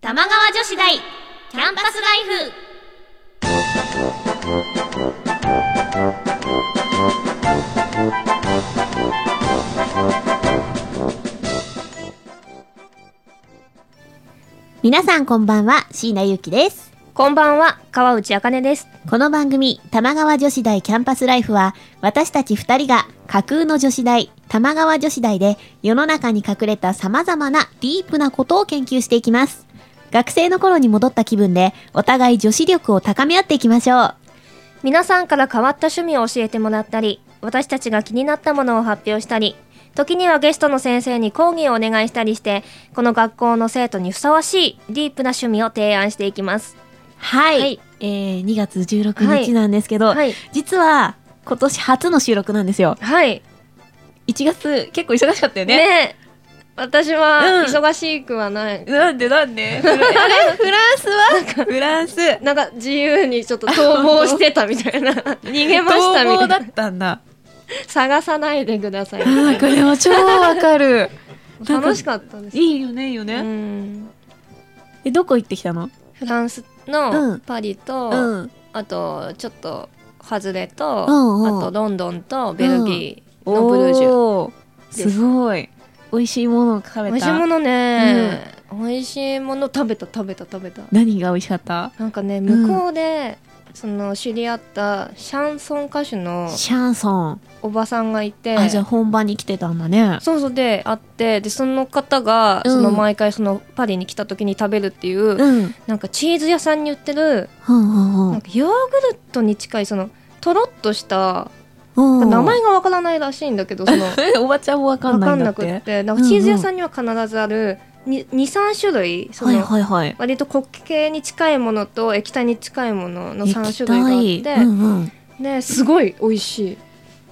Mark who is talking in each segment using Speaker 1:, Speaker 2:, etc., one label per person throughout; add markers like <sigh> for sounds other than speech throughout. Speaker 1: 玉川女子大キャンパスライフ皆さんこんばんは椎名ゆきです
Speaker 2: こんばんは、川内あかねです。
Speaker 1: この番組、玉川女子大キャンパスライフは、私たち二人が架空の女子大、玉川女子大で世の中に隠れた様々なディープなことを研究していきます。学生の頃に戻った気分で、お互い女子力を高め合っていきましょう。
Speaker 2: 皆さんから変わった趣味を教えてもらったり、私たちが気になったものを発表したり、時にはゲストの先生に講義をお願いしたりして、この学校の生徒にふさわしいディープな趣味を提案していきます。
Speaker 1: はい。
Speaker 2: はい
Speaker 1: えー、2月16
Speaker 2: は
Speaker 1: 日
Speaker 2: い
Speaker 1: なんですけど、
Speaker 2: はい。
Speaker 1: 実は、今年初の収録なんですよ。
Speaker 2: はい。
Speaker 1: 1月結構忙しかったよね。
Speaker 2: ね私は
Speaker 1: うん
Speaker 2: 忙しくはない。
Speaker 1: なんでなん
Speaker 2: <laughs>
Speaker 1: であれフランスはフランス。
Speaker 2: なんか自由にちょっと逃亡してたみた
Speaker 1: <laughs>
Speaker 2: いな。逃げましたみた
Speaker 1: 逃亡
Speaker 2: い
Speaker 1: だ
Speaker 2: な。
Speaker 1: ったんだ。
Speaker 2: 探さないでくださいみたい
Speaker 1: ああ、これも超わかる。
Speaker 2: な。楽しかったです。
Speaker 1: いいよね、いいよ
Speaker 2: う
Speaker 1: ね。
Speaker 2: ん
Speaker 1: え、どこ行ってきたの
Speaker 2: フランス
Speaker 1: うん
Speaker 2: のパリと、
Speaker 1: うん。
Speaker 2: あとちょっと外れと、
Speaker 1: うんうん
Speaker 2: あとロンドンとベルギーのブルージュ、
Speaker 1: ュ。すごい。美味しいものを食べた。
Speaker 2: 美味しいものね、美味しいもの食べた食べた食べた
Speaker 1: 何が美味しかった
Speaker 2: なんかね向こうで、その知り合ったシャンソン歌手の
Speaker 1: シャンソン。
Speaker 2: おばさんがいて
Speaker 1: あ、じゃあ本場に来てたんだね。
Speaker 2: そうそうで会ってでその方が、
Speaker 1: うん
Speaker 2: その毎回そのパリに来た時に食べるっていう、
Speaker 1: うん。うん
Speaker 2: なんかチーズ屋さんに売ってる
Speaker 1: うんう
Speaker 2: なん
Speaker 1: ん
Speaker 2: かヨーグルトに近いそのとろっとした
Speaker 1: うん。
Speaker 2: 名前がわからないらしいんだけどその
Speaker 1: えおばちゃんもわかんないん
Speaker 2: わかん
Speaker 1: だ
Speaker 2: な
Speaker 1: っ。
Speaker 2: くっててなんかチーズ屋さんには必ずある23種類そ
Speaker 1: はい
Speaker 2: の
Speaker 1: はいはい。
Speaker 2: 割と固形に近いものと液体に近いものの3種
Speaker 1: 液
Speaker 2: 類が
Speaker 1: 体
Speaker 2: あ
Speaker 1: うん
Speaker 2: っ
Speaker 1: うん。
Speaker 2: てですごい美味し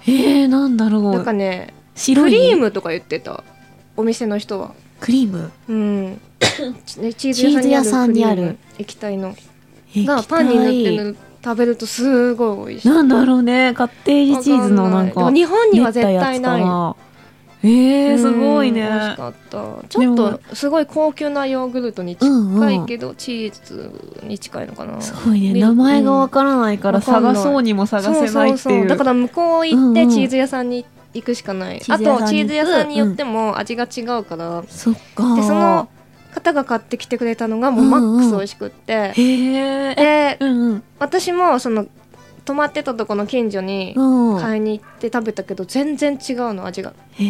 Speaker 1: えー、なんだろ
Speaker 2: いなんか
Speaker 1: う。
Speaker 2: ね
Speaker 1: 白
Speaker 2: ク
Speaker 1: い。
Speaker 2: リー。ムとか言ってたお店の人は
Speaker 1: クリーム。
Speaker 2: うん
Speaker 1: <coughs>
Speaker 2: ねチーズ屋さんにあるクリーム液体のがパンに塗って
Speaker 1: 液
Speaker 2: 塗る食べるとすごい美味し
Speaker 1: 体
Speaker 2: い
Speaker 1: なんだろうね。カッテージチーズのなん
Speaker 2: わ
Speaker 1: か
Speaker 2: い。でも日本には絶
Speaker 1: 練ったや
Speaker 2: 対
Speaker 1: つか
Speaker 2: ない
Speaker 1: えー、すごいね
Speaker 2: うん美味しかったちょっ
Speaker 1: で
Speaker 2: とすごい高級なヨーグルトに近いけど、チーズに近いのかな
Speaker 1: すごいね
Speaker 2: で
Speaker 1: 名前がわからないから
Speaker 2: うんわかんない
Speaker 1: 探そうにも探せないって
Speaker 2: そうそう
Speaker 1: い
Speaker 2: そううだから向こう
Speaker 1: う
Speaker 2: 行っ
Speaker 1: んう
Speaker 2: て
Speaker 1: ん
Speaker 2: チーズ屋さんに行くしかない、
Speaker 1: チー
Speaker 2: あ
Speaker 1: ズ屋さんに
Speaker 2: とチーズ屋さんによっても味が違うから、で
Speaker 1: そっか
Speaker 2: その方が買ってきてくれたのがもうマックス美味しくって、
Speaker 1: へえう
Speaker 2: で
Speaker 1: んうん
Speaker 2: 私もその泊まってたとこの近所に
Speaker 1: うん
Speaker 2: 買いに行って食べたけど全然違うの味が、
Speaker 1: へ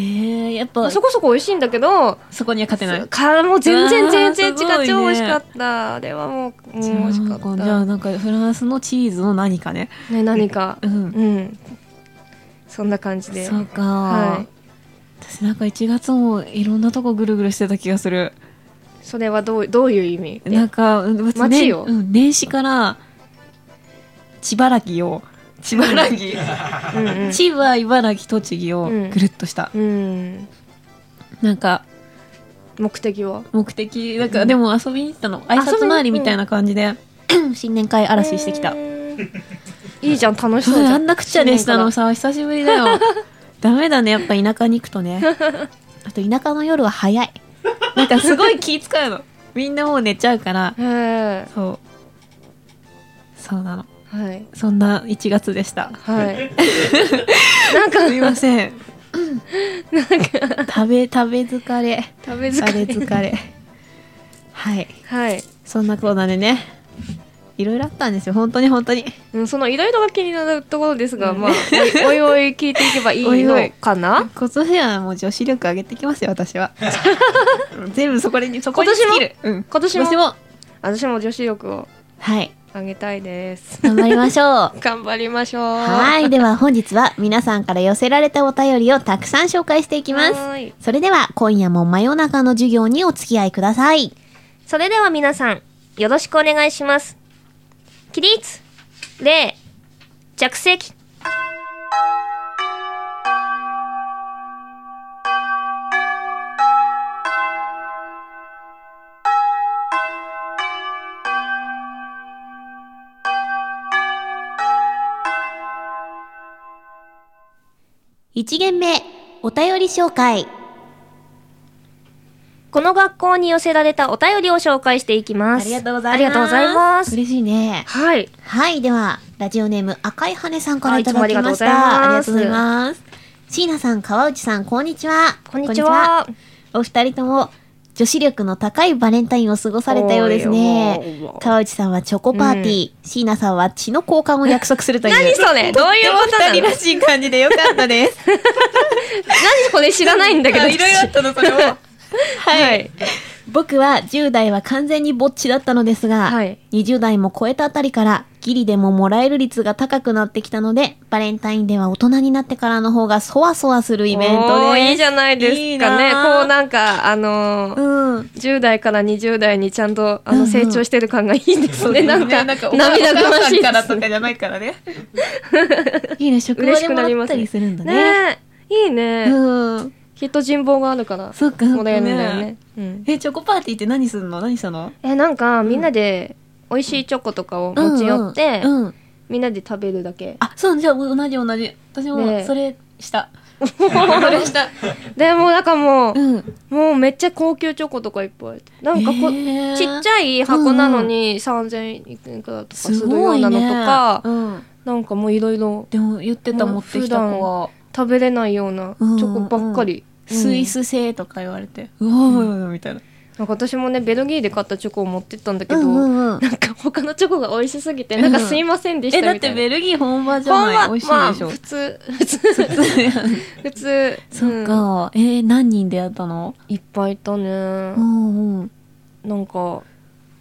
Speaker 1: えやっぱ
Speaker 2: そ
Speaker 1: そ
Speaker 2: こそこ美味しいんだけど
Speaker 1: こには勝てない
Speaker 2: からもう全然全
Speaker 1: う
Speaker 2: 然違
Speaker 1: わー
Speaker 2: う、
Speaker 1: す
Speaker 2: 超
Speaker 1: ごいね
Speaker 2: 美味しかったあれはもう、うん、美味しかっ
Speaker 1: じゃあ
Speaker 2: た
Speaker 1: なんかフランスのチーズの何かね
Speaker 2: ね何か
Speaker 1: うん
Speaker 2: うんそんな感じで
Speaker 1: そうか、
Speaker 2: は
Speaker 1: 私なんか1月もいろんなとこぐるぐるしてた気がする
Speaker 2: それはどうどういう意味
Speaker 1: なんかうん
Speaker 2: 街
Speaker 1: ね
Speaker 2: よ
Speaker 1: うん、年始から千葉らきを千葉らき
Speaker 2: うんうん
Speaker 1: 千葉茨城栃木をぐるっとした、
Speaker 2: うん
Speaker 1: なんか
Speaker 2: 目的は
Speaker 1: 目的なんかでも遊びに行ったの挨拶回りみたいな感じで、新年会嵐してきた、
Speaker 2: うーんいいじゃん楽しそうじゃん
Speaker 1: あんなくちゃでしたのさ久しぶり <laughs> だよダメだねやっぱ田舎に行くとね <laughs> あと田舎の夜は早いなんかすごい気使うのみんなもう寝ちゃうから
Speaker 2: へえ
Speaker 1: そうそうなの
Speaker 2: はい
Speaker 1: そんな1月でした
Speaker 2: はいなんか
Speaker 1: すいません <laughs> なんか食べ食べ疲れ
Speaker 2: 食べ
Speaker 1: 疲れ
Speaker 2: 疲れ
Speaker 1: 疲れはい
Speaker 2: はい、
Speaker 1: そんなコーナーでね、いろいろあったんですよ、本当に本当に。
Speaker 2: うん、そのいろいろが気になるところですが、
Speaker 1: うん
Speaker 2: まあおいおいおい聞いていけばいい
Speaker 1: おいお
Speaker 2: の
Speaker 1: い
Speaker 2: か <laughs> な
Speaker 1: 今年はもう女子力上げてきますよ、私 <laughs> は。全部そこに、そこに尽きる。うん
Speaker 2: 今年も
Speaker 1: 今年も。
Speaker 2: 私も女子力を
Speaker 1: はい。
Speaker 2: 上げたいです。
Speaker 1: 頑張りましょう。
Speaker 2: 頑張りましょう。
Speaker 1: <laughs> は。
Speaker 2: はい
Speaker 1: では本日は皆さんから寄せられたお便りをたくさん紹介していきます。
Speaker 2: い
Speaker 1: それでは今夜も真夜中の授業にお付き合いください。
Speaker 2: それでは皆さん、よろしくお願いします。起立、礼、着席。
Speaker 1: 1限目、お便り紹介。
Speaker 2: この学校に寄せられたお便りを紹介していきます。
Speaker 1: ありがとうございます。
Speaker 2: ありがとうございます
Speaker 1: 嬉しいね。
Speaker 2: はい。
Speaker 1: はい、では、ラジオネーム赤い羽さんから
Speaker 2: はいい
Speaker 1: ただきました。ありが
Speaker 2: い
Speaker 1: と
Speaker 2: つ
Speaker 1: うござい
Speaker 2: もありがとうござい
Speaker 1: ます。椎名さん、川内さん、こんにちは。
Speaker 2: こんにち。は。
Speaker 1: お二人とも、女子力の高いバレンタインを過ごされたようです
Speaker 2: お
Speaker 1: ね。
Speaker 2: ーおー
Speaker 1: 川内さんはチョコパーティー、椎名さんは血の交換を約束するという。
Speaker 2: 何それどういうことな
Speaker 1: <laughs> 二
Speaker 2: の
Speaker 1: 人らしい感じでよかったです。
Speaker 2: 何これ知らないんだけど。
Speaker 1: いろいろあったの、それも。
Speaker 2: <laughs> はい。
Speaker 1: 僕は10代は完全にぼっちだったのですが、
Speaker 2: はい
Speaker 1: 20代も超えたあたりからギリでももらえる率が高くなってきたのでバレンタインでは大人になってからの方がそわそわするイベント
Speaker 2: お
Speaker 1: です
Speaker 2: ーいいじゃないです
Speaker 1: いい
Speaker 2: かね。
Speaker 1: なー
Speaker 2: こうなんか、あのー
Speaker 1: うん
Speaker 2: 10代から20代にちゃんとあ
Speaker 1: うんう
Speaker 2: の
Speaker 1: ん
Speaker 2: 成長してる感がいいですね。なんか、涙ぐましいですね。
Speaker 1: じゃないからね <laughs> いいね職場
Speaker 2: 嬉
Speaker 1: で
Speaker 2: しく
Speaker 1: も
Speaker 2: なり
Speaker 1: ら
Speaker 2: ま
Speaker 1: った
Speaker 2: す
Speaker 1: りするんだね
Speaker 2: ねえいいね。
Speaker 1: うん
Speaker 2: きっと人望があるから、
Speaker 1: そっかそっか
Speaker 2: もらえるんだよね。うん
Speaker 1: えチョコパーティーって何すんの何したの
Speaker 2: え、なんか、みんなで、美味しいチョコとかを持ち寄って、
Speaker 1: うんうん、
Speaker 2: みんなで食べるだけ。
Speaker 1: あそうじゃあ同じ同じ私も
Speaker 2: ね
Speaker 1: それした、
Speaker 2: それした。 <laughs> でも、なんかもう、
Speaker 1: うん
Speaker 2: もうめっちゃ高級チョコとかいっぱい。なんかこ、
Speaker 1: へー
Speaker 2: ちっちゃい箱なのに3000いくらとかするようなのとか、
Speaker 1: うん、
Speaker 2: なんかもういろいろ
Speaker 1: でも言ってた
Speaker 2: うん
Speaker 1: 持ってきた子は
Speaker 2: 食べれないようなチョコばっかり。うん
Speaker 1: スイス製とか言われて、うわうわうわみたいな。
Speaker 2: なんか私もね、ベルギーで買ったチョコを持ってったんだけど、
Speaker 1: うん
Speaker 2: なんか他のチョコが美味しすぎて、なんかすいませんでし
Speaker 1: えだ
Speaker 2: た
Speaker 1: っ
Speaker 2: み
Speaker 1: て
Speaker 2: たいな。
Speaker 1: ベルギー本場じゃ
Speaker 2: ほん
Speaker 1: な
Speaker 2: ま
Speaker 1: い美味し
Speaker 2: ま
Speaker 1: い
Speaker 2: あ
Speaker 1: でしょ
Speaker 2: 普。通、普通、普
Speaker 1: <laughs>
Speaker 2: 通。
Speaker 1: そっ
Speaker 2: うん
Speaker 1: か。えー何人出会ったの？
Speaker 2: いっぱいいたね
Speaker 1: う。んうん。
Speaker 2: なんか、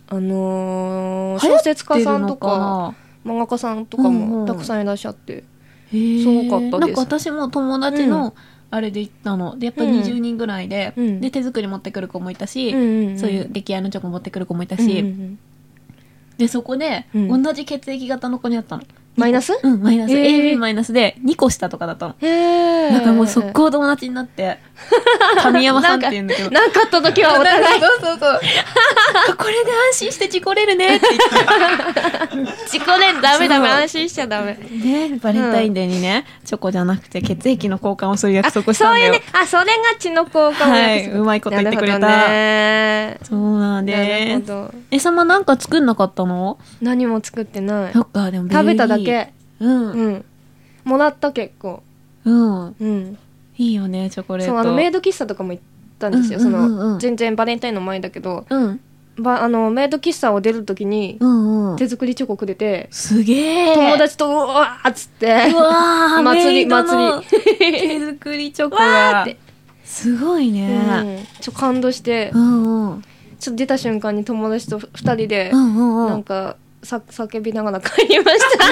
Speaker 2: あの
Speaker 1: 流
Speaker 2: ー
Speaker 1: 行
Speaker 2: 小
Speaker 1: って
Speaker 2: 説家さ
Speaker 1: 出る
Speaker 2: んと
Speaker 1: の
Speaker 2: か、
Speaker 1: な。
Speaker 2: 漫画家さんとか
Speaker 1: うんうん
Speaker 2: もたくさんいらっしゃって、
Speaker 1: へー
Speaker 2: すごかったで
Speaker 1: な
Speaker 2: す
Speaker 1: んか私も友達のあれで行ったの。でやっぱ
Speaker 2: うん
Speaker 1: 20人ぐらいで、
Speaker 2: うん
Speaker 1: で手作り持ってくる子もいたし、
Speaker 2: そ
Speaker 1: そういう出来合いのチョコ持ってくる子もいた
Speaker 2: うんうん
Speaker 1: し、
Speaker 2: うん
Speaker 1: でそこで
Speaker 2: うん
Speaker 1: 同じ血液型の子に会ったの。
Speaker 2: マイナス
Speaker 1: うんマイナス。
Speaker 2: えー
Speaker 1: AB マイナスで2個下とかだったの。
Speaker 2: へえ
Speaker 1: なんかもう速攻友達になって、神山さんって言うんだけど。
Speaker 2: なんかあった時はお互い
Speaker 1: <laughs> そうそうそう。これで安心して事故れるねって
Speaker 2: 自己連ダメダメ
Speaker 1: そう
Speaker 2: 安心しちゃダメ
Speaker 1: 言って。 <laughs> ね、バレンタインデーにね、チョコじゃなくて血液の交換をする約
Speaker 2: あ
Speaker 1: 束をしたん
Speaker 2: そう
Speaker 1: だ
Speaker 2: い
Speaker 1: よ。
Speaker 2: うねあそれが血の交換を
Speaker 1: はい、うまいこと言ってくれた。
Speaker 2: なるほ
Speaker 1: そうなん
Speaker 2: どねな
Speaker 1: で
Speaker 2: るほ
Speaker 1: す。
Speaker 2: ど
Speaker 1: えさまなんか作んなかったの
Speaker 2: 何も作ってない
Speaker 1: そっか、でもベル
Speaker 2: 食
Speaker 1: ギー
Speaker 2: べただ。け
Speaker 1: うん。
Speaker 2: うんもらった結構
Speaker 1: うん。
Speaker 2: うん
Speaker 1: いいよね、チョコレート。
Speaker 2: そうあのメイド喫茶とかも行ったんですよそ
Speaker 1: うんうんうんうん
Speaker 2: の全然バレンタインの前だけど
Speaker 1: うん。
Speaker 2: ばあのメイド喫茶を出る時に
Speaker 1: うんうん。
Speaker 2: 手作りチョコくれて
Speaker 1: すげえ。
Speaker 2: 友達とうわーっつって
Speaker 1: うわー、
Speaker 2: 祭
Speaker 1: メ
Speaker 2: り
Speaker 1: イドの
Speaker 2: 祭
Speaker 1: 手作りチョコが
Speaker 2: わーって
Speaker 1: すごいね。
Speaker 2: うんちょ感動して
Speaker 1: うんうん。
Speaker 2: ちょっと出た瞬間に友達と2人で
Speaker 1: う、んうんう
Speaker 2: なん
Speaker 1: ん。
Speaker 2: かさ叫びながら帰りました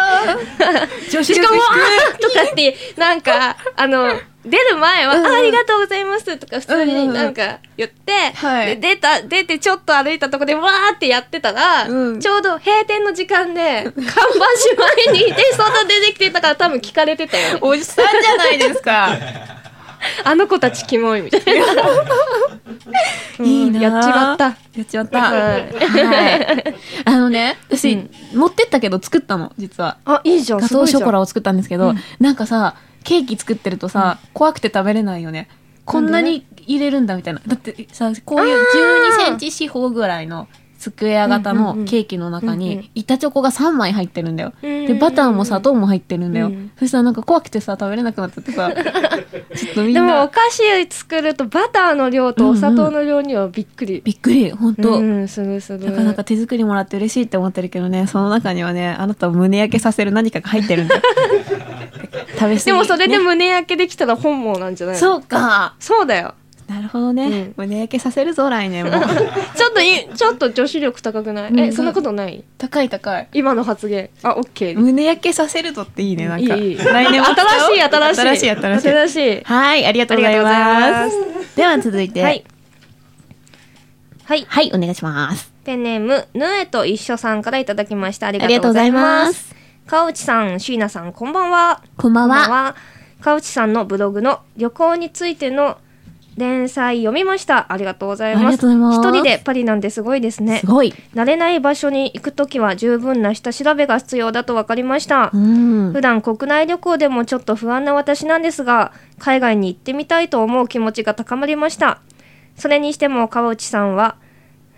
Speaker 1: <laughs> 女子
Speaker 2: し
Speaker 1: 力
Speaker 2: <laughs> かも「
Speaker 1: 低
Speaker 2: あーとかってなんかあの出る前は
Speaker 1: う
Speaker 2: 「
Speaker 1: んうん
Speaker 2: あありがとうございます」とか普通になんか言って、
Speaker 1: はい
Speaker 2: で出た出てちょっと歩いたとこでわーってやってたら、
Speaker 1: うん
Speaker 2: ちょうど閉店の時間で看板しまいにいて外出てきてたから多分聞かれてたよ
Speaker 1: い
Speaker 2: ね
Speaker 1: おじさんじゃないですか。
Speaker 2: あの子たちキモいみたいな <laughs> う
Speaker 1: <laughs>
Speaker 2: ん
Speaker 1: いいな。
Speaker 2: やっちまった。
Speaker 1: やっちまった。
Speaker 2: はい
Speaker 1: はい。あのね、私、
Speaker 2: うん
Speaker 1: 持ってったけど作ったの、実は。
Speaker 2: あいいじゃん
Speaker 1: ガ
Speaker 2: す
Speaker 1: ト
Speaker 2: ご
Speaker 1: ー
Speaker 2: いじ
Speaker 1: シ
Speaker 2: ゃ
Speaker 1: ョ
Speaker 2: ん
Speaker 1: コラを作ったんですけど、なんかさ、ケーキ作ってるとさ、怖くて食べれないよね。こんなに入れるんだみたいな。だってさ、こういう12センチ四方ぐらいのスクエア型
Speaker 2: うんうんう
Speaker 1: の
Speaker 2: ん
Speaker 1: ケーキの中
Speaker 2: うんうん
Speaker 1: に、板チョコが3枚入ってるんだよ。
Speaker 2: で
Speaker 1: で、バターも砂糖も入ってるんだよ。
Speaker 2: うん
Speaker 1: そしたらなんか怖くてさ、食べれなくなっちゃって
Speaker 2: <laughs>
Speaker 1: さ、ちょっとみん
Speaker 2: で
Speaker 1: な。
Speaker 2: もお菓子作るとバターの量とお砂糖の量にはびっくり。
Speaker 1: びっくり、ほん
Speaker 2: うん、
Speaker 1: と。
Speaker 2: するする。
Speaker 1: なかなか手作りもらって嬉しいって思ってるけどね、その中にはね、あなたを胸焼けさせる何かが入ってる
Speaker 2: <laughs>
Speaker 1: んだよ。食べ過ぎ、ね。
Speaker 2: でもそれで胸焼けできたら本望なんじゃないの
Speaker 1: そうか。
Speaker 2: そうだ
Speaker 1: <laughs>
Speaker 2: よ。
Speaker 1: なるほどね。
Speaker 2: うん
Speaker 1: 胸焼けさせるぞ、来年
Speaker 2: <laughs>
Speaker 1: も。
Speaker 2: ちょっとい、ちょっと女子力高くない、
Speaker 1: うん
Speaker 2: え、そんなことない
Speaker 1: 高い高い。
Speaker 2: 今の発言。あ、オッケー。
Speaker 1: 胸焼けさせるぞっていいね、なんか。
Speaker 2: いいいい
Speaker 1: 来年も使おう
Speaker 2: 新しい、新しい。
Speaker 1: 新しい、新しい。
Speaker 2: 新しい。
Speaker 1: はい、ありがとうござい
Speaker 2: あ
Speaker 1: ま
Speaker 2: りがとうござい
Speaker 1: す。では続いて。
Speaker 2: はい。はい。
Speaker 1: はい、お願いします。
Speaker 2: ペンネーム、ぬえと一緒さんからいただきました。あり
Speaker 1: あ
Speaker 2: が
Speaker 1: り
Speaker 2: と
Speaker 1: が
Speaker 2: う
Speaker 1: とうござ
Speaker 2: ござ
Speaker 1: い
Speaker 2: い
Speaker 1: ま
Speaker 2: ます。
Speaker 1: す。
Speaker 2: 川内さん、椎名さん、こんばんは。
Speaker 1: こんばん
Speaker 2: こんばん
Speaker 1: は。
Speaker 2: は。川内さんのブログの旅行についての連載読みました。ありがとうございます。
Speaker 1: ありがとうございます
Speaker 2: 一人でパリなんてすごいですね
Speaker 1: す。ごい。
Speaker 2: 慣れない場所に行くときは十分な下調べが必要だと分かりました。
Speaker 1: うん
Speaker 2: 普。段国内旅行でもちょっと不安な私なんですが、海外に行ってみたいと思う気持ちが高まりました。それにしても川内さんは、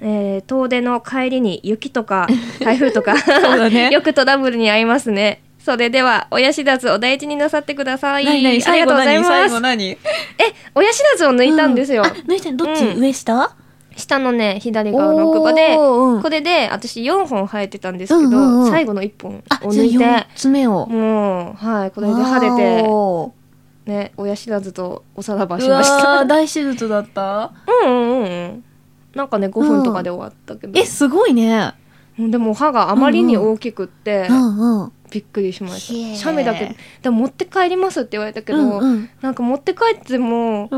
Speaker 2: えー遠出の帰りに雪
Speaker 1: <laughs>
Speaker 2: とか台風とか、
Speaker 1: うだね
Speaker 2: <laughs> よくトラブルに遭いますね。それでは、親知らずお大事になさってください。
Speaker 1: 何何
Speaker 2: あり
Speaker 1: 最
Speaker 2: が
Speaker 1: 後
Speaker 2: とうござい
Speaker 1: 何
Speaker 2: ま
Speaker 1: 最
Speaker 2: す
Speaker 1: 後。何
Speaker 2: え、親知らずを抜いたんですよ。
Speaker 1: うあ抜いたのどっち、
Speaker 2: うん
Speaker 1: 上下
Speaker 2: 下のね、左側の奥歯で、
Speaker 1: おーうん
Speaker 2: これで私4本生えてたんですけど、
Speaker 1: うんうんうん
Speaker 2: 最後の1本を
Speaker 1: あ、
Speaker 2: 抜い
Speaker 1: じゃあ
Speaker 2: て
Speaker 1: 4、つ目を。
Speaker 2: もう、はい、これで晴れて、
Speaker 1: わ
Speaker 2: ね、親知らずとおさらば
Speaker 1: ー
Speaker 2: しました。
Speaker 1: うわー大手術だった
Speaker 2: うんうんうんうん。なんかね、5分とかで終わったけど。
Speaker 1: え、すごいね。
Speaker 2: でも歯があまりに大きくって、
Speaker 1: うんうん。
Speaker 2: びっくりしました。
Speaker 1: へー
Speaker 2: シャメだけ、でも持って帰りますって言われたけど、
Speaker 1: うん
Speaker 2: なんか持って帰っても、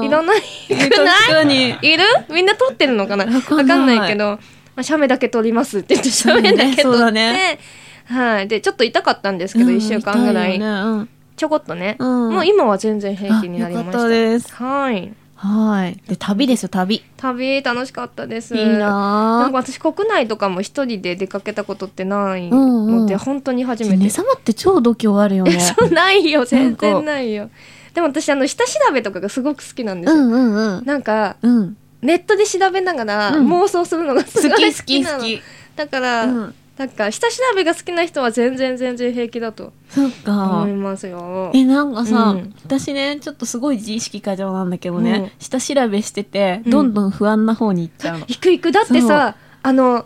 Speaker 1: うん。
Speaker 2: いらない
Speaker 1: え <laughs>
Speaker 2: くない
Speaker 1: 確かに。
Speaker 2: いるみんな撮ってるのかなわ
Speaker 1: わか
Speaker 2: か
Speaker 1: ん
Speaker 2: ん
Speaker 1: ない
Speaker 2: ないけど、まあ、写メだけ撮りますって言って、写
Speaker 1: うだね
Speaker 2: メだけ撮
Speaker 1: そう
Speaker 2: っ
Speaker 1: だ
Speaker 2: て、
Speaker 1: ね
Speaker 2: はい。で、ちょっと痛かったんですけど、
Speaker 1: うん
Speaker 2: 1週間ぐらい。
Speaker 1: 痛よね
Speaker 2: ちょこっとね。
Speaker 1: うん
Speaker 2: もう今は全然平気になりました。
Speaker 1: あよかったです
Speaker 2: はい。
Speaker 1: うんはい。で、旅ですよ、旅。い
Speaker 2: 旅楽しかったです。
Speaker 1: い
Speaker 2: なん
Speaker 1: な
Speaker 2: か私国内とかも一人で出かけたことってない
Speaker 1: うんうん
Speaker 2: ので、本当に初
Speaker 1: ぁ。
Speaker 2: めて。
Speaker 1: ねさまって超度胸あるよね。
Speaker 2: <laughs> そうないよ、全
Speaker 1: な
Speaker 2: 然
Speaker 1: んか
Speaker 2: ないよ。でも私、あの、下調べとかがすごく好きなんで
Speaker 1: う
Speaker 2: すよ。
Speaker 1: んうんうん。
Speaker 2: なんか、
Speaker 1: うん。
Speaker 2: ネットで調べながら
Speaker 1: うん
Speaker 2: 妄想するのがす
Speaker 1: 好
Speaker 2: ごい好きなの。
Speaker 1: き好き好き。
Speaker 2: だから、
Speaker 1: うん。
Speaker 2: なんか下調べが好きな人は全然全然平気だと
Speaker 1: そっか
Speaker 2: 思い。ますよ。
Speaker 1: え、なんかさ、
Speaker 2: うん
Speaker 1: 私ね、ちょっとすごい自意識過剰なんだけどね、
Speaker 2: うん
Speaker 1: 下調べしてて、
Speaker 2: うん
Speaker 1: どんどん不安な方に行っちゃうの。
Speaker 2: 行く行くだってさあの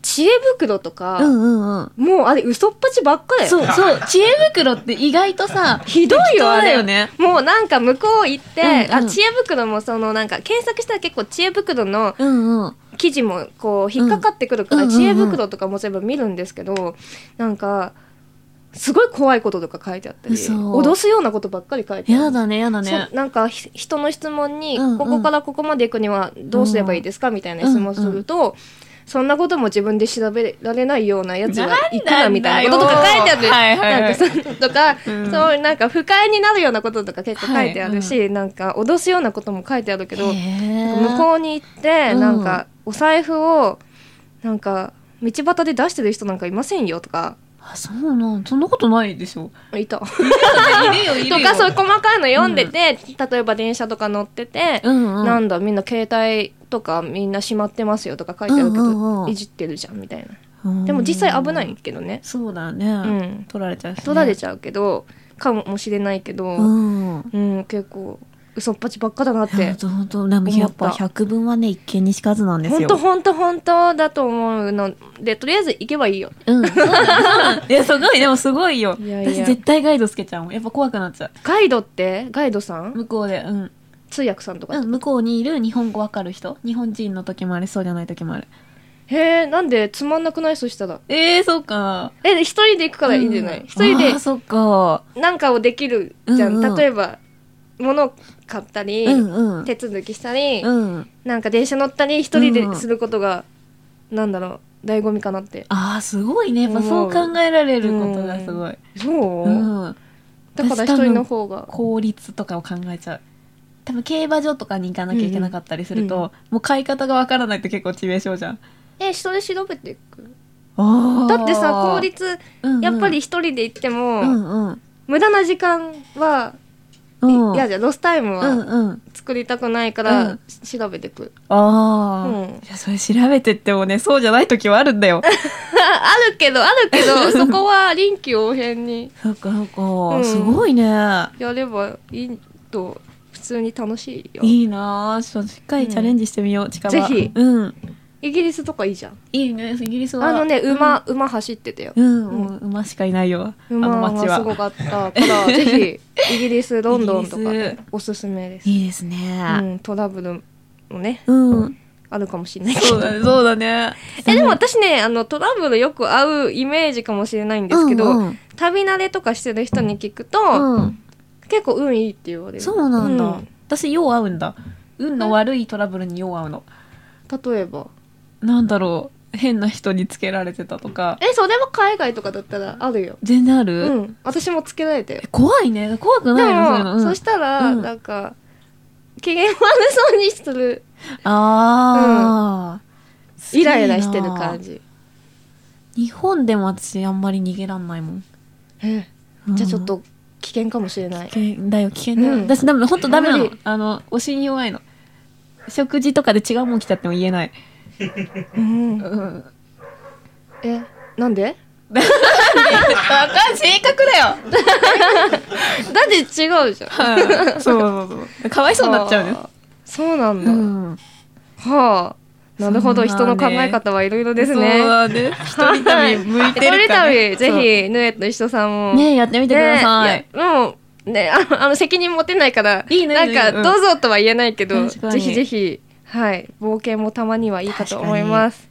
Speaker 2: 知恵袋とか、
Speaker 1: うんうんうん。
Speaker 2: もうあれ嘘っぱちばっかだよ。
Speaker 1: そうそう、知恵袋って意外とさ、
Speaker 2: ひどい
Speaker 1: 適当
Speaker 2: よあ
Speaker 1: だ
Speaker 2: れ
Speaker 1: よね。
Speaker 2: もうなんか向こう行って、
Speaker 1: うんうん
Speaker 2: あ知恵袋もそのなんか検索したら結構知恵袋の
Speaker 1: うんうん。
Speaker 2: 記事もこう引っかかってくるから、
Speaker 1: うん
Speaker 2: 知恵袋とかも全部見るんですけど、なんかすごい怖いこととか書いてあったり
Speaker 1: 嘘
Speaker 2: 脅すようなことばっかり書いてある
Speaker 1: やだね、やだね
Speaker 2: そ。なんかひ人の質問に、
Speaker 1: うんうん
Speaker 2: ここからここまで行くにはどうすればいいですかみたいな質問をすると、そんなことも自分で調べられないようなやつがいくらみたいなこととか書いてある
Speaker 1: はいはいはい
Speaker 2: なんかそういうのとか、
Speaker 1: うん
Speaker 2: そういうなんか不快になるようなこととか結構書いてあるし、
Speaker 1: は
Speaker 2: なんか脅すようなことも書いてあるけど、
Speaker 1: へー
Speaker 2: 向こうに行って
Speaker 1: うん
Speaker 2: なんかお財布をなんか道端で出してる人なんかいませんよとか
Speaker 1: あ、そうなん、そんなことないでしょ。
Speaker 2: いた。
Speaker 1: いるよ、い
Speaker 2: とかそういう細かいの読んでて、例えば電車とか乗ってて、
Speaker 1: うんうん。
Speaker 2: なんだみんな携帯とかみんな閉まってますよとか書いてあるけど、
Speaker 1: うんうんうん
Speaker 2: いじってるじゃんみたいな
Speaker 1: うん
Speaker 2: でも実際危ない。けどね、
Speaker 1: そうだね。
Speaker 2: ん
Speaker 1: 取られちゃうしね。
Speaker 2: 取られちゃうけどかもしれないけど、
Speaker 1: う
Speaker 2: うん
Speaker 1: ん。
Speaker 2: 結構嘘っぱちばっか
Speaker 1: <laughs>
Speaker 2: だなっ
Speaker 1: いや
Speaker 2: て
Speaker 1: 本当でも
Speaker 2: 思
Speaker 1: や
Speaker 2: っ
Speaker 1: ったぱ百分はね一見にしかずなんです
Speaker 2: 本
Speaker 1: よ。
Speaker 2: 当本当本当だと思うのでとりあえず行けばいいよ
Speaker 1: うん。そうだいやすごいでもすごいよ。
Speaker 2: いやいや
Speaker 1: 私絶対ガイドつけちゃうもん。やっぱ怖くなっちゃ
Speaker 2: ガイドってガイドさ
Speaker 1: うん向こうでうん、
Speaker 2: 通訳さんとか、
Speaker 1: うん、向こうにいる日本語わかる人日本人の時もありそうじゃない時もある。
Speaker 2: へえなんでつまんなくないそしたら
Speaker 1: えー、そうか。
Speaker 2: え一人で行くからいいんじゃない、
Speaker 1: うん
Speaker 2: 一人
Speaker 1: あー
Speaker 2: で
Speaker 1: そっか。
Speaker 2: なんかをできるじゃん、
Speaker 1: うんうん
Speaker 2: 例えば物を買ったり、
Speaker 1: うんうん。
Speaker 2: 手続きしたり、
Speaker 1: うん。
Speaker 2: なんか電車乗ったり一人
Speaker 1: うん
Speaker 2: ですることが、なんだろう醍醐味かなって
Speaker 1: ああすごいね。やっぱそう考えられることがすごい。
Speaker 2: そう、
Speaker 1: うん。
Speaker 2: だから一人の方が
Speaker 1: 効率とかを考えちゃう多分競馬場とかに行かなきゃいけなかったりすると、もう買い方がわからないと結構致命傷じゃん
Speaker 2: え人で調べていくだ
Speaker 1: だ
Speaker 2: ってさ効、率
Speaker 1: うんうん
Speaker 2: やっぱり一人で行っても、
Speaker 1: うんうん
Speaker 2: 無駄な時間は
Speaker 1: うん
Speaker 2: 嫌、じゃんロスタイム
Speaker 1: うん
Speaker 2: は
Speaker 1: うん
Speaker 2: 作りたくないか
Speaker 1: う
Speaker 2: ら
Speaker 1: ん
Speaker 2: 調べてく、
Speaker 1: ああ、
Speaker 2: うん
Speaker 1: いやそれ調べてってもねそうじゃない時はあるんだよ
Speaker 2: <laughs> あるけどある
Speaker 1: <laughs>
Speaker 2: けどそこは臨機応変に
Speaker 1: そうかそうか、
Speaker 2: ん
Speaker 1: すごいね
Speaker 2: やればいいと普通に楽しいよ
Speaker 1: いいなあちょっとしっかりチャレンジしてみよう、近場
Speaker 2: ぜひ
Speaker 1: うん
Speaker 2: イギリスとかいいじゃん
Speaker 1: いいねイギリスは
Speaker 2: あのね
Speaker 1: うん
Speaker 2: 馬、馬走ってたよ
Speaker 1: うん、もう馬しかいないよあの
Speaker 2: 馬
Speaker 1: 街
Speaker 2: が
Speaker 1: は
Speaker 2: すごかった
Speaker 1: <laughs>
Speaker 2: から、ぜひ、イギリス、ロンドンと
Speaker 1: イ
Speaker 2: か
Speaker 1: ギリス、
Speaker 2: おすすめです。
Speaker 1: いいですね
Speaker 2: うん、トラブルもね、
Speaker 1: うん
Speaker 2: あるかもしれないけ
Speaker 1: そう
Speaker 2: ど。
Speaker 1: だね、そうだね。
Speaker 2: <laughs> え、でも私ね、あの、トラブルよく合うイメージかもしれないんですけど、
Speaker 1: うんうん
Speaker 2: 旅慣れとかしてる人に聞くと、
Speaker 1: うん、
Speaker 2: 結構運いいって言われる。
Speaker 1: そうなんだ。
Speaker 2: うん
Speaker 1: 私、よう合うんだ。運の悪いトラブルによう合うの。
Speaker 2: 例えば。
Speaker 1: なんだろう、変な人につけられてたとか。
Speaker 2: え、それも海外とかだったらあるよ。
Speaker 1: 全然あ
Speaker 2: う
Speaker 1: る、
Speaker 2: ん。私もつけられたよ
Speaker 1: え。怖いね。怖く
Speaker 2: で
Speaker 1: ないのそういう
Speaker 2: も、
Speaker 1: の。うん
Speaker 2: そしたら、
Speaker 1: うん
Speaker 2: なんか、機嫌悪そうにする、
Speaker 1: ああ、
Speaker 2: イライラしてる感
Speaker 1: じ。
Speaker 2: じ。
Speaker 1: 日本でも私、あんまり逃げらんないもん。
Speaker 2: えじゃあちょっと危険かもしれない。
Speaker 1: 危険だよ、危険だよ。
Speaker 2: うん
Speaker 1: 私、ダメ、ほんとダメな
Speaker 2: 無
Speaker 1: の
Speaker 2: 理。
Speaker 1: あの、お尻に弱いの。
Speaker 3: 食事とかで違うもん来ちゃっても言えない。
Speaker 2: うん
Speaker 3: うん。
Speaker 2: えなんで
Speaker 3: あかん、性格だよ。
Speaker 2: だって違うじゃん
Speaker 3: はいそうそうそう。かわいそうになっちゃう
Speaker 2: は
Speaker 3: よ。
Speaker 2: あそうなんだ、
Speaker 3: うん。
Speaker 2: はあなるほど、
Speaker 3: そう
Speaker 2: 人
Speaker 3: な
Speaker 2: の
Speaker 3: ん
Speaker 2: 考
Speaker 3: だね
Speaker 2: え方はいろいろです
Speaker 3: そう
Speaker 2: ね
Speaker 3: だね。一人旅向いてるから、
Speaker 2: 一人旅ぜひヌエット石戸さ
Speaker 3: そ
Speaker 2: んも
Speaker 3: う。ねえやってみてください。
Speaker 2: ねいやもうねあのあの責任持てないから
Speaker 3: いいのいいの
Speaker 2: なんか
Speaker 3: うん
Speaker 2: どうぞとは言えないけど
Speaker 3: 確かに
Speaker 2: ぜひぜひはい冒険もたまにはいいかと思います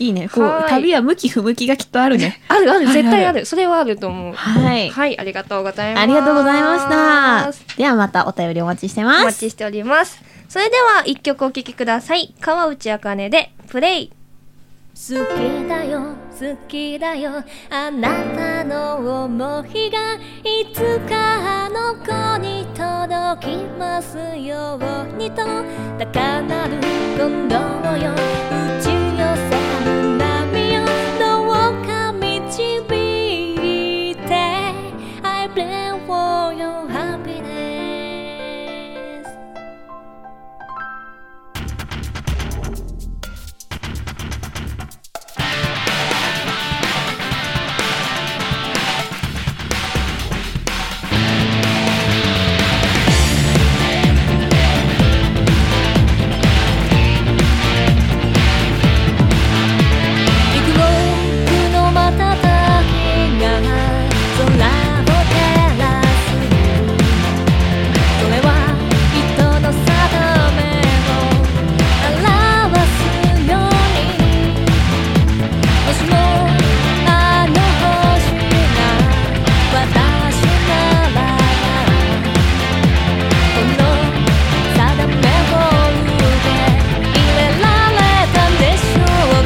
Speaker 3: いいね。こう
Speaker 2: は、い
Speaker 3: 旅は向き不向きがきっとあるね。
Speaker 2: あるある
Speaker 3: はい
Speaker 2: 絶対あるそれはあると思う
Speaker 3: はい。
Speaker 2: はいありがとうございます
Speaker 3: ありがとうございました。ではまたお便りお待ちして
Speaker 2: お
Speaker 3: ま
Speaker 2: 待
Speaker 3: す。
Speaker 2: ちしておりますそれでは一曲お聴きください川内あかねでプレイ
Speaker 1: 好きだよ好きだよあなたの想いがいつかあの子に届きますようにと高鳴る今度よ打ち寄せる波よどうか導いて I pray for your happiness 幾億の瞬きが空を照らすそれは人の定めを表すようにもしもあの星が私ならこの定めを受け入れられたんでしょう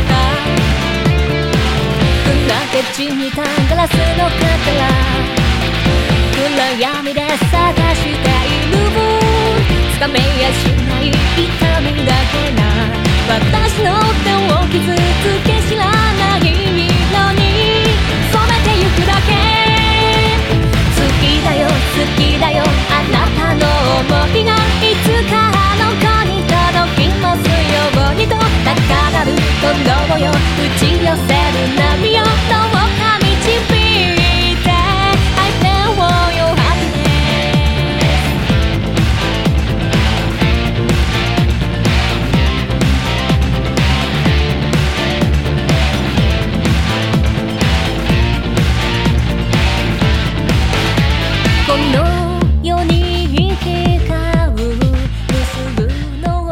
Speaker 1: か砕け散ったガラスのかけら暗闇で探しているつかめやしない痛みだけな私の手を傷つけ知らない色に染めてゆくだけ好きだよ好きだよあなたの想いがいつかあの子に届きますようにと高鳴る鼓動よ打ち寄せる波よどうか導いて I feel for your happiness この世に光る無数の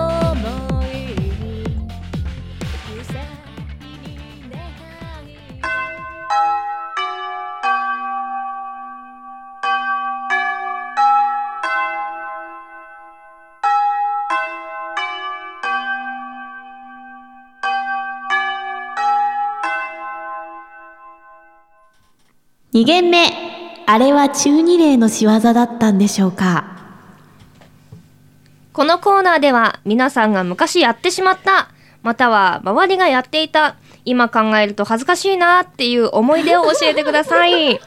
Speaker 1: 想い無限に願い
Speaker 3: 2限目。あれは中二例の仕業だったんでしょうか
Speaker 2: このコーナーでは皆さんが昔やってしまったまたは周りがやっていた今考えると恥ずかしいなっていう思い出を教えてくだ
Speaker 3: <laughs>
Speaker 2: さい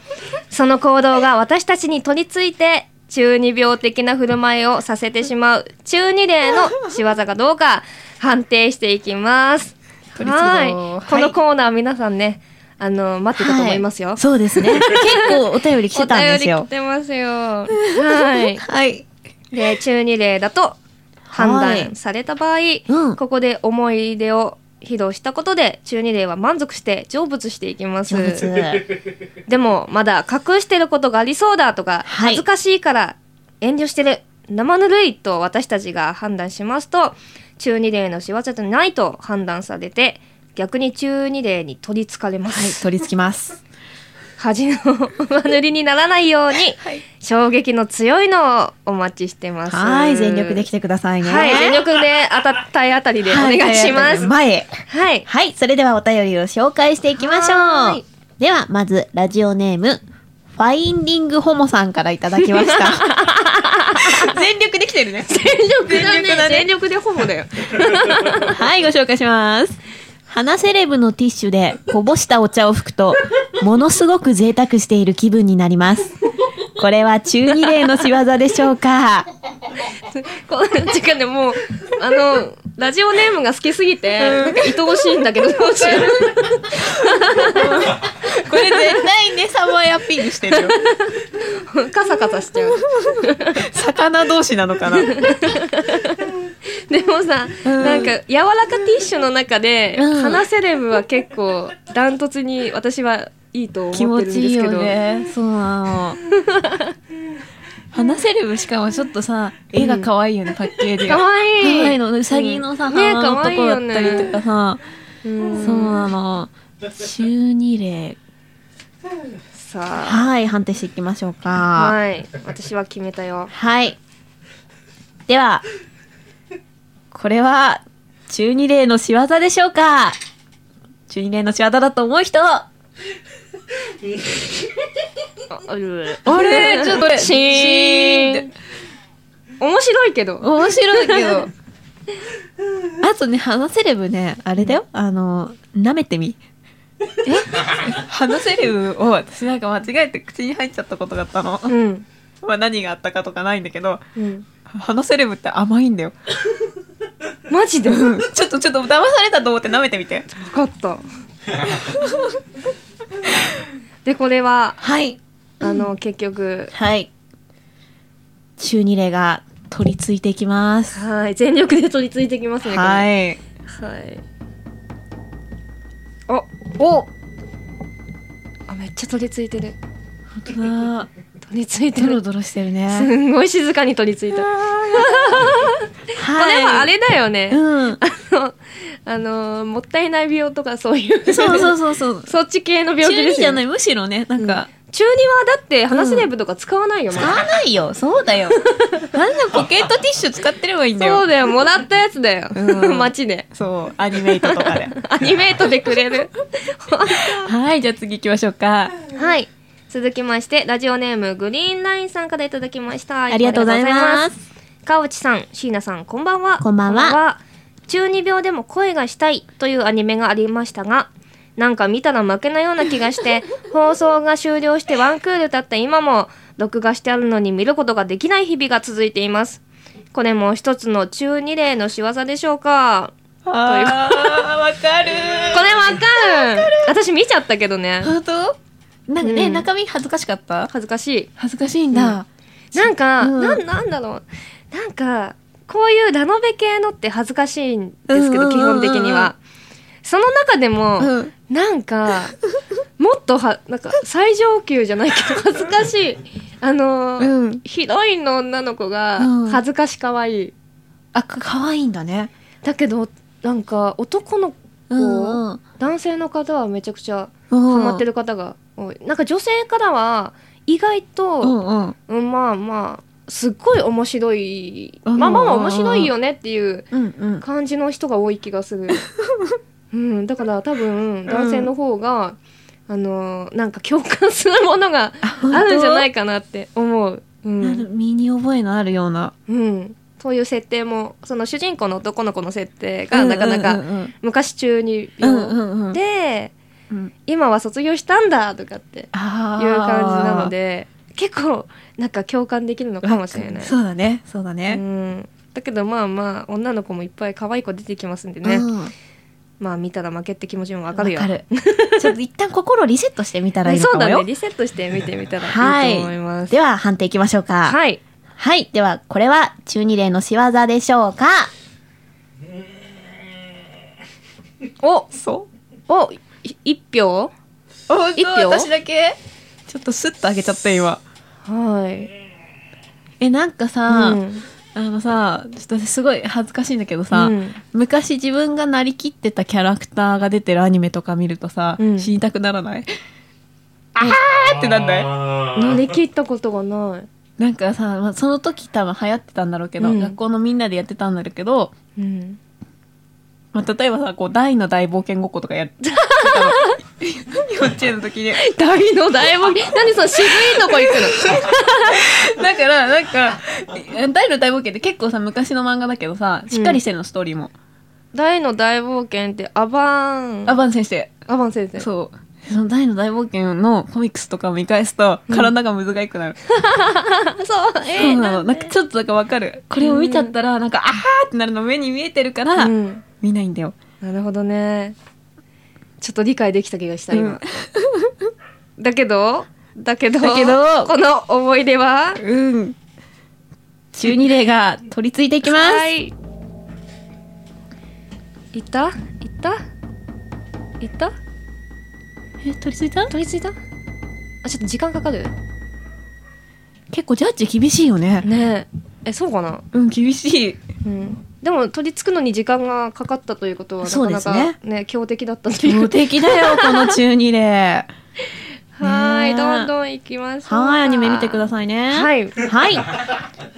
Speaker 2: その行動が私たちに取り付いて中二病的な振る舞いをさせてしまう中二例の仕業かどうか判定していきます
Speaker 3: 取り付くぞ
Speaker 2: はいこ
Speaker 3: は
Speaker 2: の
Speaker 3: い
Speaker 2: コーナー皆さんねあの待ってたと思いますよ、
Speaker 3: そうです
Speaker 2: <laughs>
Speaker 3: ね。結構お便り来てたんです
Speaker 2: お便り
Speaker 3: よ
Speaker 2: 来。てますよはい
Speaker 3: はい。
Speaker 2: で中二例だと判断された場合、
Speaker 3: うん
Speaker 2: ここで思い出を披露したことで中二例は満足して成仏していきます
Speaker 3: 上手。
Speaker 2: でもまだ隠してることがありそうだとか、
Speaker 3: はい
Speaker 2: 恥ずかしいから遠慮してる生ぬるいと私たちが判断しますと中二例の仕業じゃないと判断されて逆に中二例に取りつかれま
Speaker 3: はい、
Speaker 2: す、
Speaker 3: 取り付きます。
Speaker 2: 恥の上塗りにならない
Speaker 3: <laughs>
Speaker 2: ように、衝撃の強いのをお待ちしてます
Speaker 3: はい、全力で来てくださいね。
Speaker 2: はい、全力で当た体当たりでお願いしま
Speaker 3: は
Speaker 2: す。
Speaker 3: い前へ。
Speaker 2: はい。
Speaker 3: はい、それではお便りを紹介していきまし
Speaker 2: は
Speaker 3: ょ
Speaker 2: ー
Speaker 3: う
Speaker 2: い。
Speaker 3: では、まず、ラジオネーム、ファインディングホモさんからいただきました。
Speaker 2: <laughs>
Speaker 3: <laughs> 全力できてるね。
Speaker 2: 全力
Speaker 3: だね全
Speaker 2: 力でほぼだよ。 <laughs>
Speaker 3: はい、ご紹介します。花セレブのティッシュでこぼしたお茶を拭くと、ものすごく贅沢している気分になります。これは中二例の仕業でしょうか
Speaker 2: この時間でもう、あの、ラジオネームが好きすぎて、なんか愛おしいんだ
Speaker 1: <laughs>
Speaker 2: けど、どうしよう。
Speaker 1: これ絶対ねサマーアピールしてる <laughs> よ
Speaker 2: カサカサしちゃう。
Speaker 1: 魚同士なのかな
Speaker 2: でもさ、なんか、柔らかティッシュの中で、
Speaker 4: うん
Speaker 2: 花セレブは結構、ダントツに私はいいと思
Speaker 1: 気
Speaker 2: っ
Speaker 1: 持
Speaker 2: てるん
Speaker 1: ち
Speaker 2: で
Speaker 1: いい
Speaker 2: すけ
Speaker 1: よ
Speaker 2: ど。
Speaker 1: ねそうなの花セレブしかもちょっとさ絵が可愛いよね、パッケージが
Speaker 2: かわいい。
Speaker 1: 可愛いのうさぎのさ、
Speaker 2: ね
Speaker 1: 鼻のとこだったりとかさ、
Speaker 2: うん
Speaker 1: そうなの中二例
Speaker 2: さ
Speaker 4: はい、判定していきましょうか。
Speaker 2: あ、
Speaker 4: はい。
Speaker 2: はい。私は決めたよ。
Speaker 4: では、これは、中二例の仕業でしょうか中二例の仕業だと思う人あ
Speaker 2: あある
Speaker 1: あ <laughs> れちょっと
Speaker 2: <laughs> シーン面白いけど。
Speaker 1: 面白いけど <laughs> あとね花セレブねあれだよあの舐めてみえ <laughs> 花セレブを私なんか間違えて口に入っちゃったことがあったの、
Speaker 2: うん。
Speaker 1: まあ、何があったかとかないんだけど
Speaker 2: うん。
Speaker 1: 花セレブって甘いんだよ
Speaker 2: マジで
Speaker 1: う
Speaker 2: 分
Speaker 1: ん <laughs> ちょっとちょっと騙されたと思って舐めてみて
Speaker 2: かった。 <laughs> で、これは、
Speaker 4: はい。
Speaker 2: あの、結局、
Speaker 4: はい。中二例が取り付いていきます。
Speaker 2: はい。全力で取り付いてきますね。これ
Speaker 1: はい
Speaker 2: はい。あ、おあ、めっちゃ取り付いてる。
Speaker 1: あ
Speaker 2: 取り付いて
Speaker 1: ドロ
Speaker 2: る。
Speaker 1: ドロしてる
Speaker 2: す
Speaker 1: ね
Speaker 2: んごい静かに取り付いた。
Speaker 1: <laughs>
Speaker 2: こ
Speaker 4: はい。
Speaker 2: れはあれだよね。
Speaker 4: うん。
Speaker 2: あのー、もったいない病とかそういう。
Speaker 1: そうそうそうそう <laughs>
Speaker 2: <laughs> そっち系の病気
Speaker 1: 中
Speaker 2: で
Speaker 1: 二
Speaker 2: す
Speaker 1: じゃ
Speaker 2: よ、
Speaker 1: な
Speaker 2: ね。
Speaker 1: いむしろねなんか、
Speaker 2: 中二はだって鼻セレブとか使わないよ、ま
Speaker 1: 使
Speaker 2: だ
Speaker 1: わないよそう <laughs> だよなんだポケットティッシュ使ってればいいんだよ
Speaker 2: そうだよ、もらったやつだよ。
Speaker 1: うん
Speaker 2: <laughs> 街で。
Speaker 1: そうアニメイトとかで
Speaker 2: アニメートでくれる。
Speaker 1: はいじゃあ次行きましょうか
Speaker 2: <laughs> はい。続きまして、ラジオネーム、グリーンラインさんからいただきました。
Speaker 4: ありがとうござい
Speaker 2: ありがとうご
Speaker 4: ま。
Speaker 2: ざいます川内さん、椎名さん、こんばんは。
Speaker 4: こんばんは
Speaker 2: 中二病でも声がしたいというアニメがありましたが、なんか見たら負けなような気
Speaker 4: <laughs>
Speaker 2: がして、放送が終了してワンクール経った今も、録画してあるのに見ることができない日々が続いています。これも一つの中二例の仕業でしょうか
Speaker 1: あーわかる
Speaker 2: これわかる私見ちゃったけどね。
Speaker 1: 本当なんかね、
Speaker 2: うん
Speaker 1: 中身恥ずかしかった
Speaker 2: 恥ずかしい。
Speaker 1: 恥ずかしいんだ、
Speaker 2: なんか、
Speaker 1: うん
Speaker 2: なん、なんだろう。なんか、こういうラノベ系のって恥ずかしいんですけ
Speaker 1: うん
Speaker 2: ど、
Speaker 1: うん
Speaker 2: 基
Speaker 1: うんうん
Speaker 2: 本的には。その中でも、
Speaker 1: うん
Speaker 2: なんか、もっとは、なんか、最上級じゃないけ
Speaker 1: <laughs>
Speaker 2: ど、恥ずかしい。あのー、
Speaker 1: うん
Speaker 2: ヒロインの女の子が
Speaker 1: うん、
Speaker 2: 恥ずかしかわいい。
Speaker 1: あか可愛いんだね
Speaker 2: だけど、なんか、男の子、
Speaker 1: うんうん
Speaker 2: 男性の方はめちゃくちゃ、
Speaker 1: ハ
Speaker 2: ハマってる方が多い。なんか女性からは、意外と、
Speaker 1: うんうん
Speaker 2: うん、まあまあすっごい面白い
Speaker 1: うん
Speaker 2: まあまあまあ面白いよねっていう
Speaker 1: うんうん
Speaker 2: 感じの人が多い気
Speaker 1: <laughs>
Speaker 2: がする、うん、だから多分男性の方が、あのーなんか共感するものがあるんじゃないいかなって思う、う
Speaker 1: なんる身に覚えのあるような
Speaker 2: うん、そういう設定もその主人公の男の子の設定がなかな
Speaker 1: うん
Speaker 2: か
Speaker 1: うん
Speaker 2: 昔中に
Speaker 1: うんうんうんうん
Speaker 2: で
Speaker 1: うん
Speaker 2: 今は卒業したんだとかって
Speaker 1: あ
Speaker 2: い
Speaker 1: ー
Speaker 2: う感じなので結構なんか共感できるのかもしれない。
Speaker 1: そうだねそうだ
Speaker 2: う
Speaker 1: ね、
Speaker 2: ん、だけどまあまあ女の子もいっぱい可愛い子出てきますんでね、
Speaker 1: うん
Speaker 2: まあ見たら負けって気持ちもわかるよ
Speaker 1: わか
Speaker 2: <laughs>
Speaker 1: るちょっと一旦心リセットしてみたらいいの
Speaker 2: そう
Speaker 1: かも
Speaker 2: だ
Speaker 1: よ
Speaker 2: ねリセットして見てみたらいいと思います
Speaker 4: では、判定いきましょうか。
Speaker 2: はい、
Speaker 4: はい。では、これは中二例の仕業でしょうか
Speaker 2: お
Speaker 1: そう
Speaker 2: おい一票
Speaker 1: お
Speaker 2: 一票
Speaker 1: 私だけちょっとスッと上げちゃった今
Speaker 2: はい
Speaker 1: えなんかさ、
Speaker 2: うん
Speaker 1: あのさちょっと私すごい恥ずかしいんだけどさ、
Speaker 2: うん
Speaker 1: 昔自分がなりきってたキャラクターが出てるアニメとか見るとさ、
Speaker 2: うん
Speaker 1: 死にたくならないあーってなんだい
Speaker 2: 乗り切ったことがない
Speaker 1: なんかさ、まあ、その時多分流行ってたんだろうけど、
Speaker 2: うん
Speaker 1: 学校のみんなでやってたんだろうけど、
Speaker 2: うん
Speaker 1: まあ、例えばさこう大の大冒険ごっことかやってたの <laughs> 幼稚園の時に
Speaker 2: 大の大冒険何その渋いとこ行 <laughs> く
Speaker 1: <laughs> だから、なんか、大の大冒険って結構さ、昔の漫画だけどさ、しっかりしてるの、ストーリーも。
Speaker 2: の大の大冒険ってアバン
Speaker 1: アバン先生。
Speaker 2: アバン先生
Speaker 1: そう。その大の大冒険のコミックスとかを見返すと体がむずがいくなる、
Speaker 2: そ
Speaker 1: そ
Speaker 2: う、え
Speaker 1: うなのなんかちょっとなんかわかるこれを見ちゃったらなんか、あーってなるの目に見えてるから、
Speaker 2: うん、
Speaker 1: 見ないんだよ
Speaker 2: なるほどねちょっと理解できた気がした
Speaker 1: うん
Speaker 2: 今、だけどだけど
Speaker 1: だけど
Speaker 2: この思い出は
Speaker 1: うん12例が取り付いていきます、
Speaker 2: はいいったいったいった
Speaker 1: え取り付いた
Speaker 2: 取り付いたあちょっと時間かかる
Speaker 1: 結構ジャッジ厳しいよね
Speaker 2: ねええそうかな
Speaker 1: うん厳しい
Speaker 2: うんでも取り付くのに時間がかかったということはな
Speaker 1: そう
Speaker 2: か
Speaker 1: で
Speaker 2: な
Speaker 1: す
Speaker 2: か
Speaker 1: ね
Speaker 2: ね強敵だったという
Speaker 1: 無敵だよこの12例 <laughs>
Speaker 2: はーい
Speaker 1: ね
Speaker 2: どんどん行きましょう
Speaker 1: はいアニメ見てくださいね、
Speaker 2: はいい
Speaker 5: はい。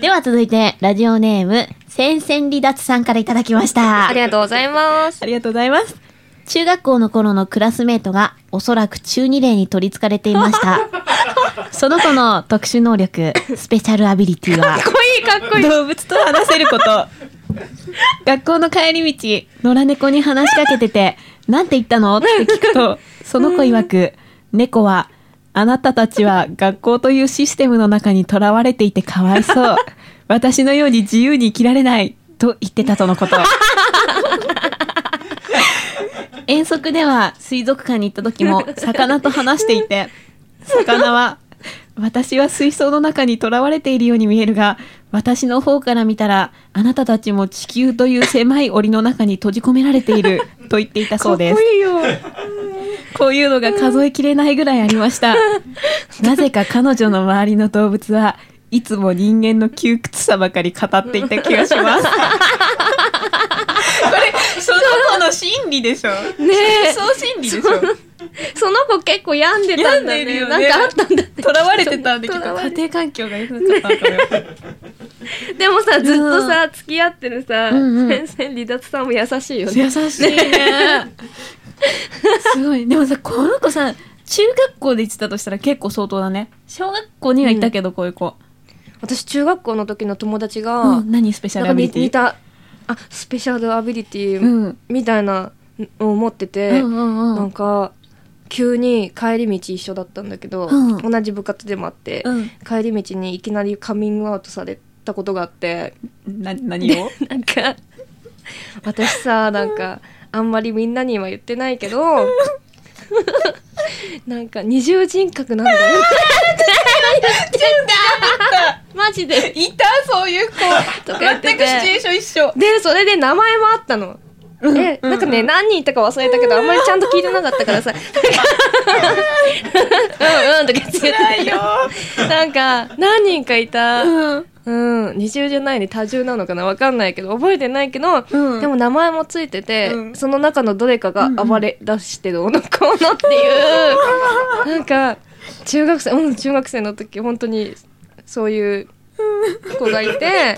Speaker 5: では続いて、ラジオネーム、戦線離脱さんからいただきました
Speaker 2: あり。がとうございます
Speaker 1: ありがとうございます
Speaker 5: 中学校の頃のクラスメートがおそらく中二例に取り憑かれていま
Speaker 1: <laughs>
Speaker 5: した。その子の特殊能力、スペシャルアビリティは、
Speaker 1: かっこいいかっこいい動物と話せること <laughs> 学校の帰り道野良猫に話しかけてて「なんて言ったの?」って聞くとその子曰く「猫はあなたたちは学校というシステムの中にとらわれていてかわいそう私のように自由に生きられない」と言ってたとのこと遠足では水族館に行った時も魚と話していて魚は私は水槽の中にとらわれているように見えるが私の方から見たらあなたたちも地球という狭い檻の中に閉じ込められていると言っていたそうです
Speaker 2: かっこいいよ
Speaker 1: こういうのが数えきれないぐらいありましたなぜか彼女の周りの動物はいつも人間の窮屈さばかり語っていた気がし
Speaker 2: <laughs>
Speaker 1: ますこれその子の心理でしょ
Speaker 2: ねえ
Speaker 1: そう心理でしょ
Speaker 2: その子結構病んでた
Speaker 1: 病
Speaker 2: ん
Speaker 1: ん
Speaker 2: だ
Speaker 1: でい
Speaker 2: ね
Speaker 1: るよ
Speaker 2: な
Speaker 1: ね
Speaker 2: んかあったんだって
Speaker 1: とらわれてたんだけど
Speaker 2: 囚わ
Speaker 1: 家
Speaker 2: れて
Speaker 1: 庭環境が良くなっちゃったんだよ
Speaker 2: でもさずっとさ付き合ってるさ
Speaker 1: うんうん
Speaker 2: 先生離脱さんも優しいよね
Speaker 1: 優しいねすごいでもさこの子さ中学校で行ってたとしたら結構相当だね小学校にはいたけど、こういう子、
Speaker 2: 私中学校の時の友達が
Speaker 1: う、
Speaker 2: なん
Speaker 1: 何スペシャ
Speaker 2: ん
Speaker 1: ル
Speaker 2: か
Speaker 1: アビ
Speaker 2: 似
Speaker 1: リティ
Speaker 2: 似たあスペシャルアビリティ
Speaker 1: うん
Speaker 2: みたいなのを持って
Speaker 1: う
Speaker 2: て
Speaker 1: んうんう
Speaker 2: なん
Speaker 1: ん
Speaker 2: か急に帰り道一緒だったんだけど
Speaker 1: うん
Speaker 2: 同じ部活でもあって
Speaker 1: うん
Speaker 2: 帰り道にいきなりカミングアウトされたことがあって
Speaker 1: な <laughs> 何を
Speaker 2: なんか私さなんかあんまりみんなには言ってないけど <laughs> なんか二重人格なんだよ <laughs> マジで
Speaker 1: いたそう <laughs> いう子
Speaker 2: とか言ってて
Speaker 1: ーション一緒
Speaker 2: でそれで名前もあったの。でなんかね、何人いたか忘れたけどあんまりちゃんと聞いてなかった <laughs> からさ「なんか <laughs> うんうん」とか言って
Speaker 1: 辛いよ
Speaker 2: なんか何人かいた、
Speaker 1: うん
Speaker 2: うん、二重じゃないね多重なのかなわかんないけど覚えてないけど、
Speaker 1: うん
Speaker 2: でも名前もついてて、
Speaker 1: うん
Speaker 2: その中のどれかが暴れ出してるおのこのっていう、なんか中学生うん中学生の時本当にそういう子がいて。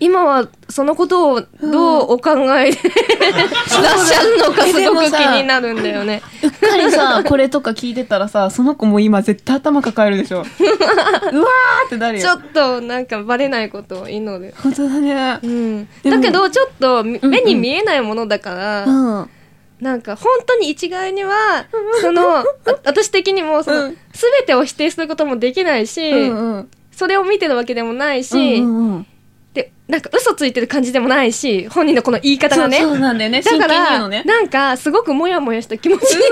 Speaker 2: 今はそのことをどうお考えでいらっしゃるのか
Speaker 1: え
Speaker 2: す
Speaker 1: で
Speaker 2: ご
Speaker 1: も
Speaker 2: く気
Speaker 1: さ
Speaker 2: になるんだよね。
Speaker 1: うっかりさこれとか聞いてたらさその子も今絶対頭抱えるで
Speaker 2: <laughs>
Speaker 1: しょうわーってなるよ
Speaker 2: ちょっとなんかバレないことを祈る。
Speaker 1: 本当だね
Speaker 2: うん、
Speaker 1: でも
Speaker 2: だけどちょっとみ
Speaker 1: うん
Speaker 2: 目に見えないものだから、
Speaker 1: うん
Speaker 2: なんか本当に一概にはそのあ私的にもその、
Speaker 1: うん
Speaker 2: 全てを否定することもできないし、
Speaker 1: うんうん
Speaker 2: それを見てるわけでもないし、
Speaker 1: うんうん
Speaker 2: でなんか嘘ついてる感じでもないし本人のこの言い方がね
Speaker 1: そうそうなんだよね
Speaker 2: だか
Speaker 1: 真剣に言う
Speaker 2: ら、
Speaker 1: のね
Speaker 2: なんかすごくモヤモヤした気持ちになっ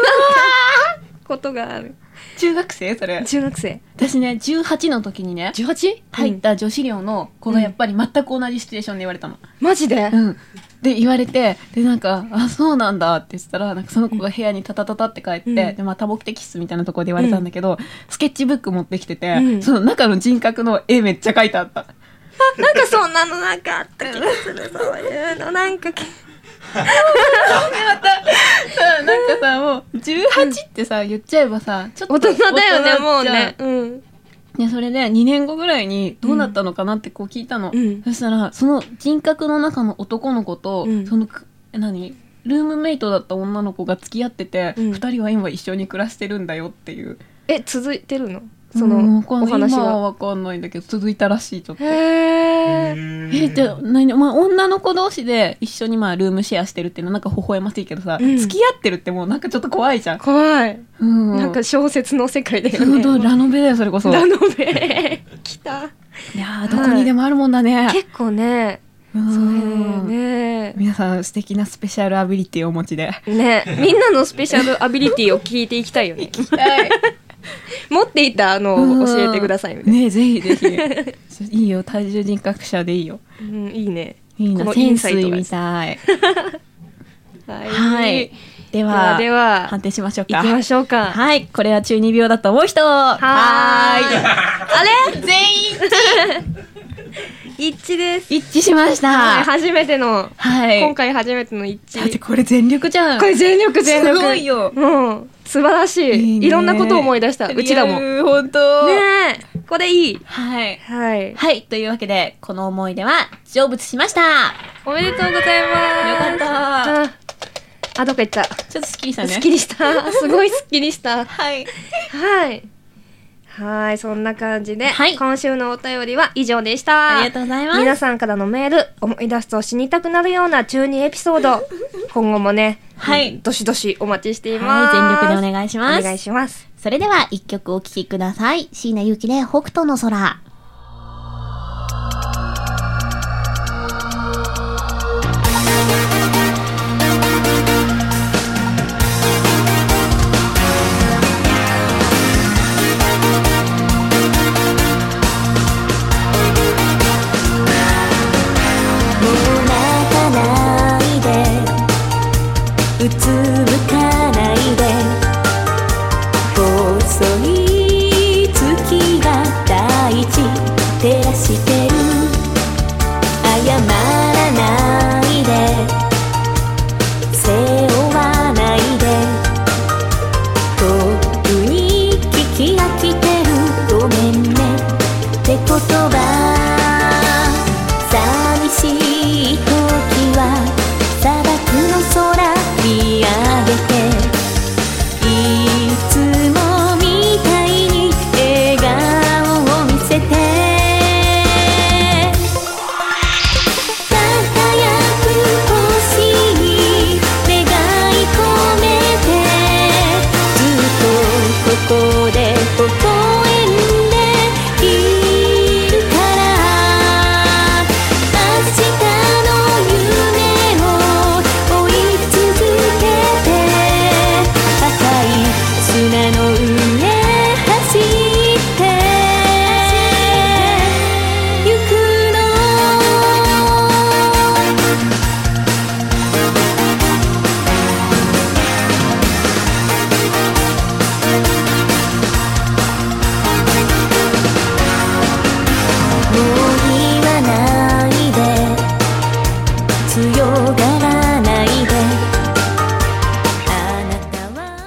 Speaker 2: たことがある
Speaker 1: 中学生それ
Speaker 2: 中学生
Speaker 1: 私ね18の時にね
Speaker 2: 18?
Speaker 1: 入った女子寮の子がやっぱり全く同じシチュエーションで言われたの、
Speaker 2: マジで、
Speaker 1: うん、で言われてでなんか「あそうなんだ」って言ってたらなんかその子が部屋にタタタタって帰って、
Speaker 2: うん
Speaker 1: でまあ、多目的室みたいなところで言われたんだけど、スケッチブック持ってきてて、
Speaker 2: うん
Speaker 1: その中の人格の絵めっちゃ書いてあった
Speaker 2: なんかそんなのなんかあった気がするそういうのなんか
Speaker 1: さなんかさもう18ってさ言っちゃえばさちょっと
Speaker 2: 大人だよねも
Speaker 1: 大人
Speaker 2: う
Speaker 1: じゃん
Speaker 2: ねうん
Speaker 1: でそれで2年後ぐらいにどうなったのかなってこう聞いたの、
Speaker 2: うん
Speaker 1: そしたらその人格の中の男の子と、
Speaker 2: うん
Speaker 1: そのく何ルームメイトだった女の子が付き合ってて、
Speaker 2: うん
Speaker 1: 2人は今一緒に暮らしてるんだよっていう
Speaker 2: え続いてるのそ
Speaker 1: うん
Speaker 2: の
Speaker 1: わかん
Speaker 2: お
Speaker 1: ない
Speaker 2: 話
Speaker 1: 今
Speaker 2: が
Speaker 1: は分かんないんだけど続いたらしいちょっと
Speaker 2: へへー
Speaker 6: えじゃあ何、まあ、女の子同士で一緒にまあルームシェアしてるっていうのはなんか微笑ましいけどさ、
Speaker 2: ん
Speaker 6: 付き合ってるってもうなんかちょっと怖いじゃん、
Speaker 2: 怖い。
Speaker 6: うん、
Speaker 2: なんか小説の世界だよ
Speaker 6: 本
Speaker 2: ね。
Speaker 6: 当ラノベだよそれこそい
Speaker 2: ラ
Speaker 6: や
Speaker 2: ノベ。来た。
Speaker 6: ーどこにでもあるもんだね、
Speaker 2: 結構ね、
Speaker 6: うん
Speaker 2: そうね。
Speaker 6: 皆さん素敵なスペシャルアビリティをお持ちで
Speaker 2: ね、みんなのスペシャルアビリティを聞いていきたいよ
Speaker 6: <laughs>
Speaker 2: ね。持っていたあのを教えてくださいみたいな。
Speaker 6: ねえぜひぜひいいよ体重人格者でいいよ
Speaker 2: うん、いいね。
Speaker 6: いい
Speaker 2: こ
Speaker 6: な
Speaker 2: のイ
Speaker 6: 潜
Speaker 2: ンサイト
Speaker 6: 水
Speaker 2: が
Speaker 6: みたい
Speaker 2: は
Speaker 6: はいで
Speaker 2: では
Speaker 6: は
Speaker 2: では
Speaker 6: 判定しましょう
Speaker 2: 行
Speaker 6: か
Speaker 2: きましょうか。
Speaker 6: はいこれは中二病だと思う人
Speaker 2: はーい
Speaker 6: はーいあれ全員
Speaker 2: 一致です。
Speaker 6: 一致しました
Speaker 2: はい、
Speaker 6: はい、
Speaker 2: 初めての、今回初めての一
Speaker 6: だっ
Speaker 2: 致。
Speaker 6: てこれ全力じ
Speaker 2: <laughs>
Speaker 6: ゃん
Speaker 2: これ全力全力。
Speaker 6: すごいよ
Speaker 2: うん、素晴らしい。
Speaker 6: い
Speaker 2: い
Speaker 6: ね
Speaker 2: ろんなことを思い出した。うちらも。ね
Speaker 6: リアル本当
Speaker 2: え、これいい。
Speaker 6: はい
Speaker 2: はい。
Speaker 6: はいというわけでこの思い出は成仏しました
Speaker 2: おめでとうございます。
Speaker 6: よかった
Speaker 2: た。あ、どっか行った。
Speaker 6: ちょっとスッキリしたね
Speaker 2: すっきり <laughs> した。すごいすっきりした。
Speaker 6: はい
Speaker 2: はい。はい、そんな感じで、
Speaker 6: はい
Speaker 2: 今週のお便りは以上でした。
Speaker 6: ありがとうございます
Speaker 2: 皆さんからのメール、思い出すと死にたくなるような中二エピソード、今後もね、
Speaker 6: はい
Speaker 2: うんどしどしお待ちしてい
Speaker 6: は
Speaker 2: ま
Speaker 6: い
Speaker 2: す。
Speaker 6: 全力でお願いします
Speaker 2: お願いします。
Speaker 7: それでは一曲お聴きください。椎名ゆきで北斗の空。
Speaker 1: 「も泣かないで」「うつむかないで」「細い月が大地照らしてる」「謝らないで」「背負わないで」「遠くに聞き飽きてるごめんね」って言葉寂しい時は砂漠の空見上げていつもみたいに笑顔を見せて輝く星に願い込めてずっとここで微笑んでいるから明日の夢を追い続けて赤い砂の上走ってゆくのもう言わないで強がらないであなたは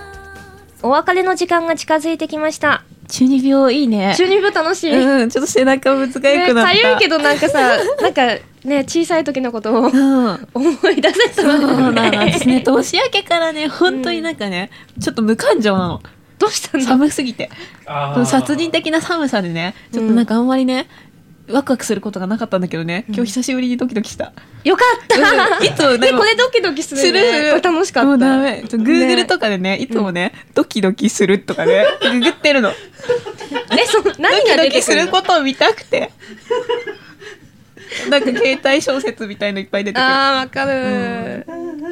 Speaker 2: お別れの時間が近づいてきました。
Speaker 6: 中二病いいね
Speaker 2: 中二病楽しい。
Speaker 6: うんちょっと背中ぶつかゆ
Speaker 2: ね
Speaker 6: くなった
Speaker 2: かゆいけどなんか
Speaker 6: <laughs>
Speaker 2: さ、なんかね、小さい時のことを
Speaker 6: うん
Speaker 2: 思い出せそう
Speaker 6: そう
Speaker 2: だ
Speaker 6: な
Speaker 2: よ
Speaker 6: の
Speaker 2: ね。
Speaker 6: 私ね年明けからね本当になんかね、ちょっと無感情なの
Speaker 2: どうしたんだ
Speaker 6: 寒すぎて
Speaker 8: あー
Speaker 6: 殺人的な寒さでねちょっとなんかあんまりね、ワクワクすることがなかったんだけどね今日久しぶりにドキドキした、
Speaker 2: よかった、
Speaker 6: うんいつもなんか
Speaker 2: ねこれドキドキする、ね。
Speaker 6: するする
Speaker 2: これ楽しかった。
Speaker 6: もうダメちょ Google と
Speaker 2: か。
Speaker 6: かでねいつもね、ドキドキするとかねググってるの
Speaker 2: え、そ、
Speaker 6: ド
Speaker 2: 何
Speaker 6: キ
Speaker 2: が
Speaker 6: ド
Speaker 2: 出
Speaker 6: キ
Speaker 2: て
Speaker 6: す
Speaker 2: くる
Speaker 6: る
Speaker 2: の
Speaker 6: ことを見たくてなんか携帯小説みたいのいっぱい出てくる
Speaker 2: あー、わかる、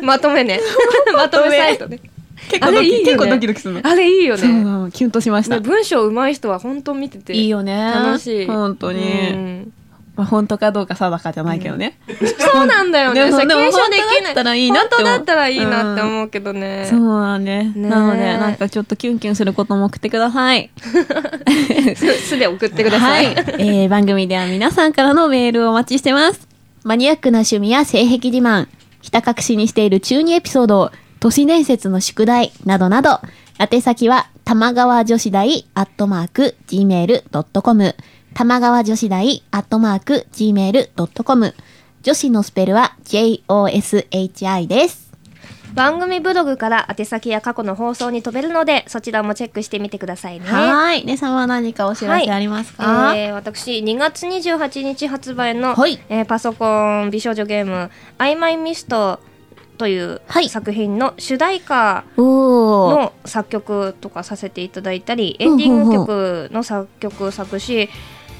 Speaker 2: まとめ
Speaker 6: <laughs>
Speaker 2: ね。まとめサイトね。
Speaker 6: 結
Speaker 2: あ
Speaker 6: 構ド
Speaker 2: れ
Speaker 6: キ
Speaker 2: いいよね。
Speaker 6: 結構ドキドキするの
Speaker 2: あれいいよ
Speaker 6: そうな
Speaker 2: ね。
Speaker 6: のキュンとしました、
Speaker 2: ね文章上手い人は本当見てて。
Speaker 6: いいよね
Speaker 2: 楽しい。
Speaker 6: 本当に、
Speaker 2: うん
Speaker 6: まあ、本当かどうか定かじゃないけどね、
Speaker 9: <laughs>
Speaker 2: そうなんだよね。
Speaker 6: でも
Speaker 2: さ
Speaker 6: でも
Speaker 2: 検証できない。
Speaker 6: 本当だったらいいなって
Speaker 2: 本
Speaker 6: 思う
Speaker 2: 当だったらいいなって思うけどね。
Speaker 6: そうなんね
Speaker 2: ねえ
Speaker 6: なのでなんかちょっとキュンキュンすることも送ってくだ
Speaker 2: <laughs>
Speaker 6: さい
Speaker 2: すすで送ってください。
Speaker 6: はい、 <laughs> えー番組では皆さんからのメールをお待ちしてます
Speaker 7: マニアックな趣味や性癖自慢、ひた隠しにしている中二エピソード、都市伝説の宿題などなど、宛先は玉川女子大アットマーク gmail.com、玉川女子大アットマーク gmail.com、女子のスペルは joshi です。
Speaker 9: <laughs> 番組ブログから宛先や過去の放送に飛べるのでそちらもチェックしてみてくださいね。
Speaker 10: はーい。ねさんは何かお知らせありますか、
Speaker 9: えー私2月28日発売の、
Speaker 10: はい
Speaker 9: えーパソコン美少女ゲーム「曖昧ミスト」という
Speaker 1: はい
Speaker 9: 作品の主題歌
Speaker 1: おー。
Speaker 9: の作曲とかさせていただいたりエンディング曲の作曲作詞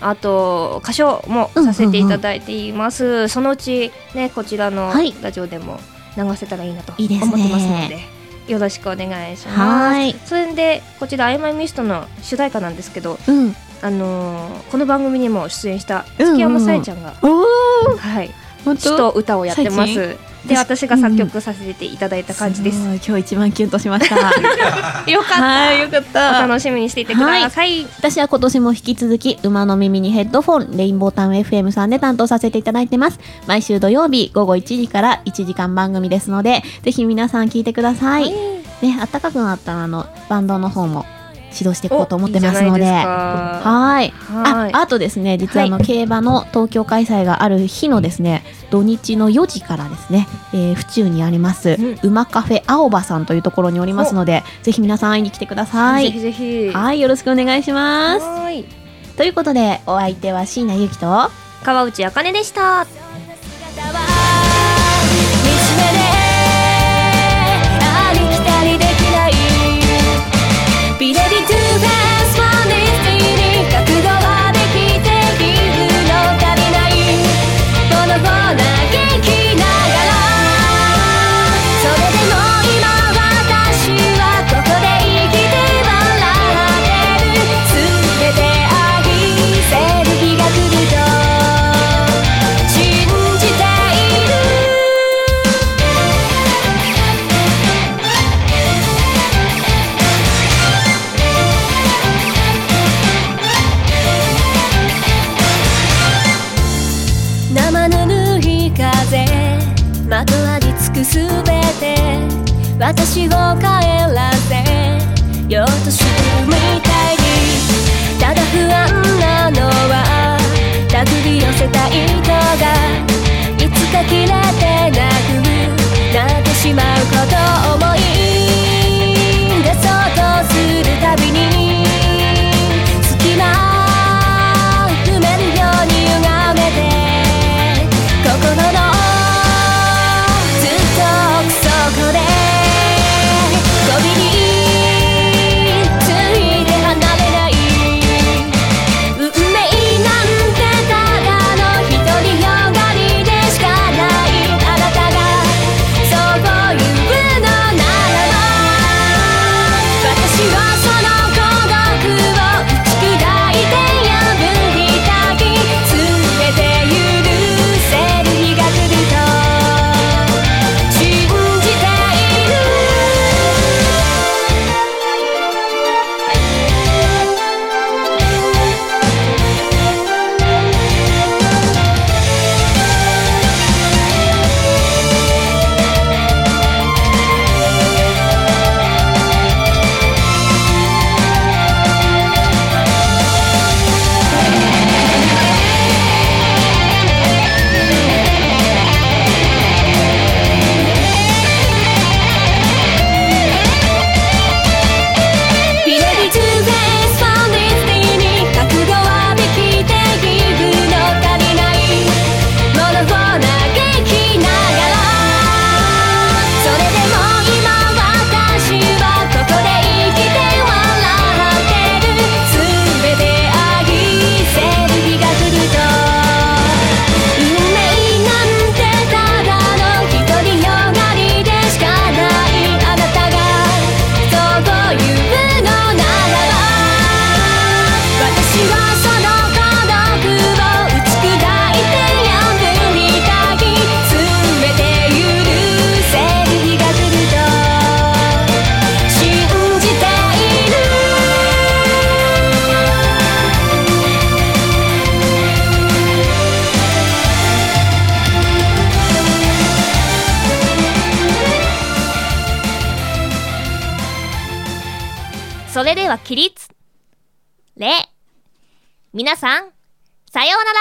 Speaker 9: あと歌唱もさせていただいています、そのうちねこちらの
Speaker 1: はい
Speaker 9: ラジオでも流せたらいいなと
Speaker 1: いい
Speaker 9: 思
Speaker 1: で
Speaker 9: っ
Speaker 1: す
Speaker 9: て
Speaker 1: ね
Speaker 9: ますのでよろしくお願いし
Speaker 1: は
Speaker 9: ます
Speaker 1: ーい。
Speaker 9: それでこちら「曖昧ミスト」の主題歌なんですけど
Speaker 1: うん。
Speaker 9: あのーこの番組にも出演した
Speaker 1: うんうんうん
Speaker 9: 月山さえちゃんが、
Speaker 10: おお
Speaker 9: はい、
Speaker 10: 本
Speaker 9: 詩
Speaker 10: 当
Speaker 9: と歌をやってま
Speaker 10: さ
Speaker 9: す。で、私が作曲させていただいた感じです。
Speaker 10: ごい今日一番キュンとし
Speaker 9: <laughs>
Speaker 10: ましたよかったはいよかっ
Speaker 9: お
Speaker 10: た
Speaker 9: 楽しみにしていてください。
Speaker 1: 私は今年も引き続き馬の耳にヘッドフォンレインボータウン FM さんで担当させていただいてます毎週土曜日午後1時から1時間番組ですのでぜひ皆さん聞いてください、ね、あったかくなったらあのバンドの方も指導していこうと思ってますので
Speaker 9: おいいじゃないですか
Speaker 1: はーい
Speaker 9: はい
Speaker 1: ああとですね実はあの、
Speaker 9: は
Speaker 1: 競馬の東京開催がある日のですね土日の4時からですね、えー府中にあります、
Speaker 9: うん
Speaker 1: 馬カフェ青葉さんというところにおりますのでぜひ皆さん会いに来てくださ
Speaker 9: ぜひ
Speaker 1: い
Speaker 9: ぜひ。
Speaker 1: はいよろしくお願いします
Speaker 9: はーい
Speaker 1: ということでお相手は椎名ゆきと
Speaker 9: 川内あかねでした。
Speaker 2: 「惨めでありきたりできない」「ビレディトゥーベースワンディスティに覚悟はできているの足りない」「ボロボロ元気ながら」「それでも今私はここで生きて笑ってる」「全て愛せる日が来ると」信じている生ぬるい風まとわりつくすべて私を帰らせようとしてるみたいにただ不安なのは手繰り寄せた糸がいつか切れてなくなってしまうことを思い出そうとするたびに隙間埋めるように歪めて心のずっと奥底で飛びについて離れない運命なんてただの独りよがりでしかないあなたがそう言うのならば私はその孤独を打ち砕いて破りたい全て許せる日が来ると信じているビレディトゥーベースファンディスティに覚悟はできているの足りないものを嘆きながらそれでも今私はここで生きて笑ってる全て愛せる日が来ると運命なんてただの独りよがりでしかないあなたがそう言うのならば私はその孤独を打ち砕いて破りたい全て許せる日が来ると信じている
Speaker 9: それでは起立。礼。皆さん、さようなら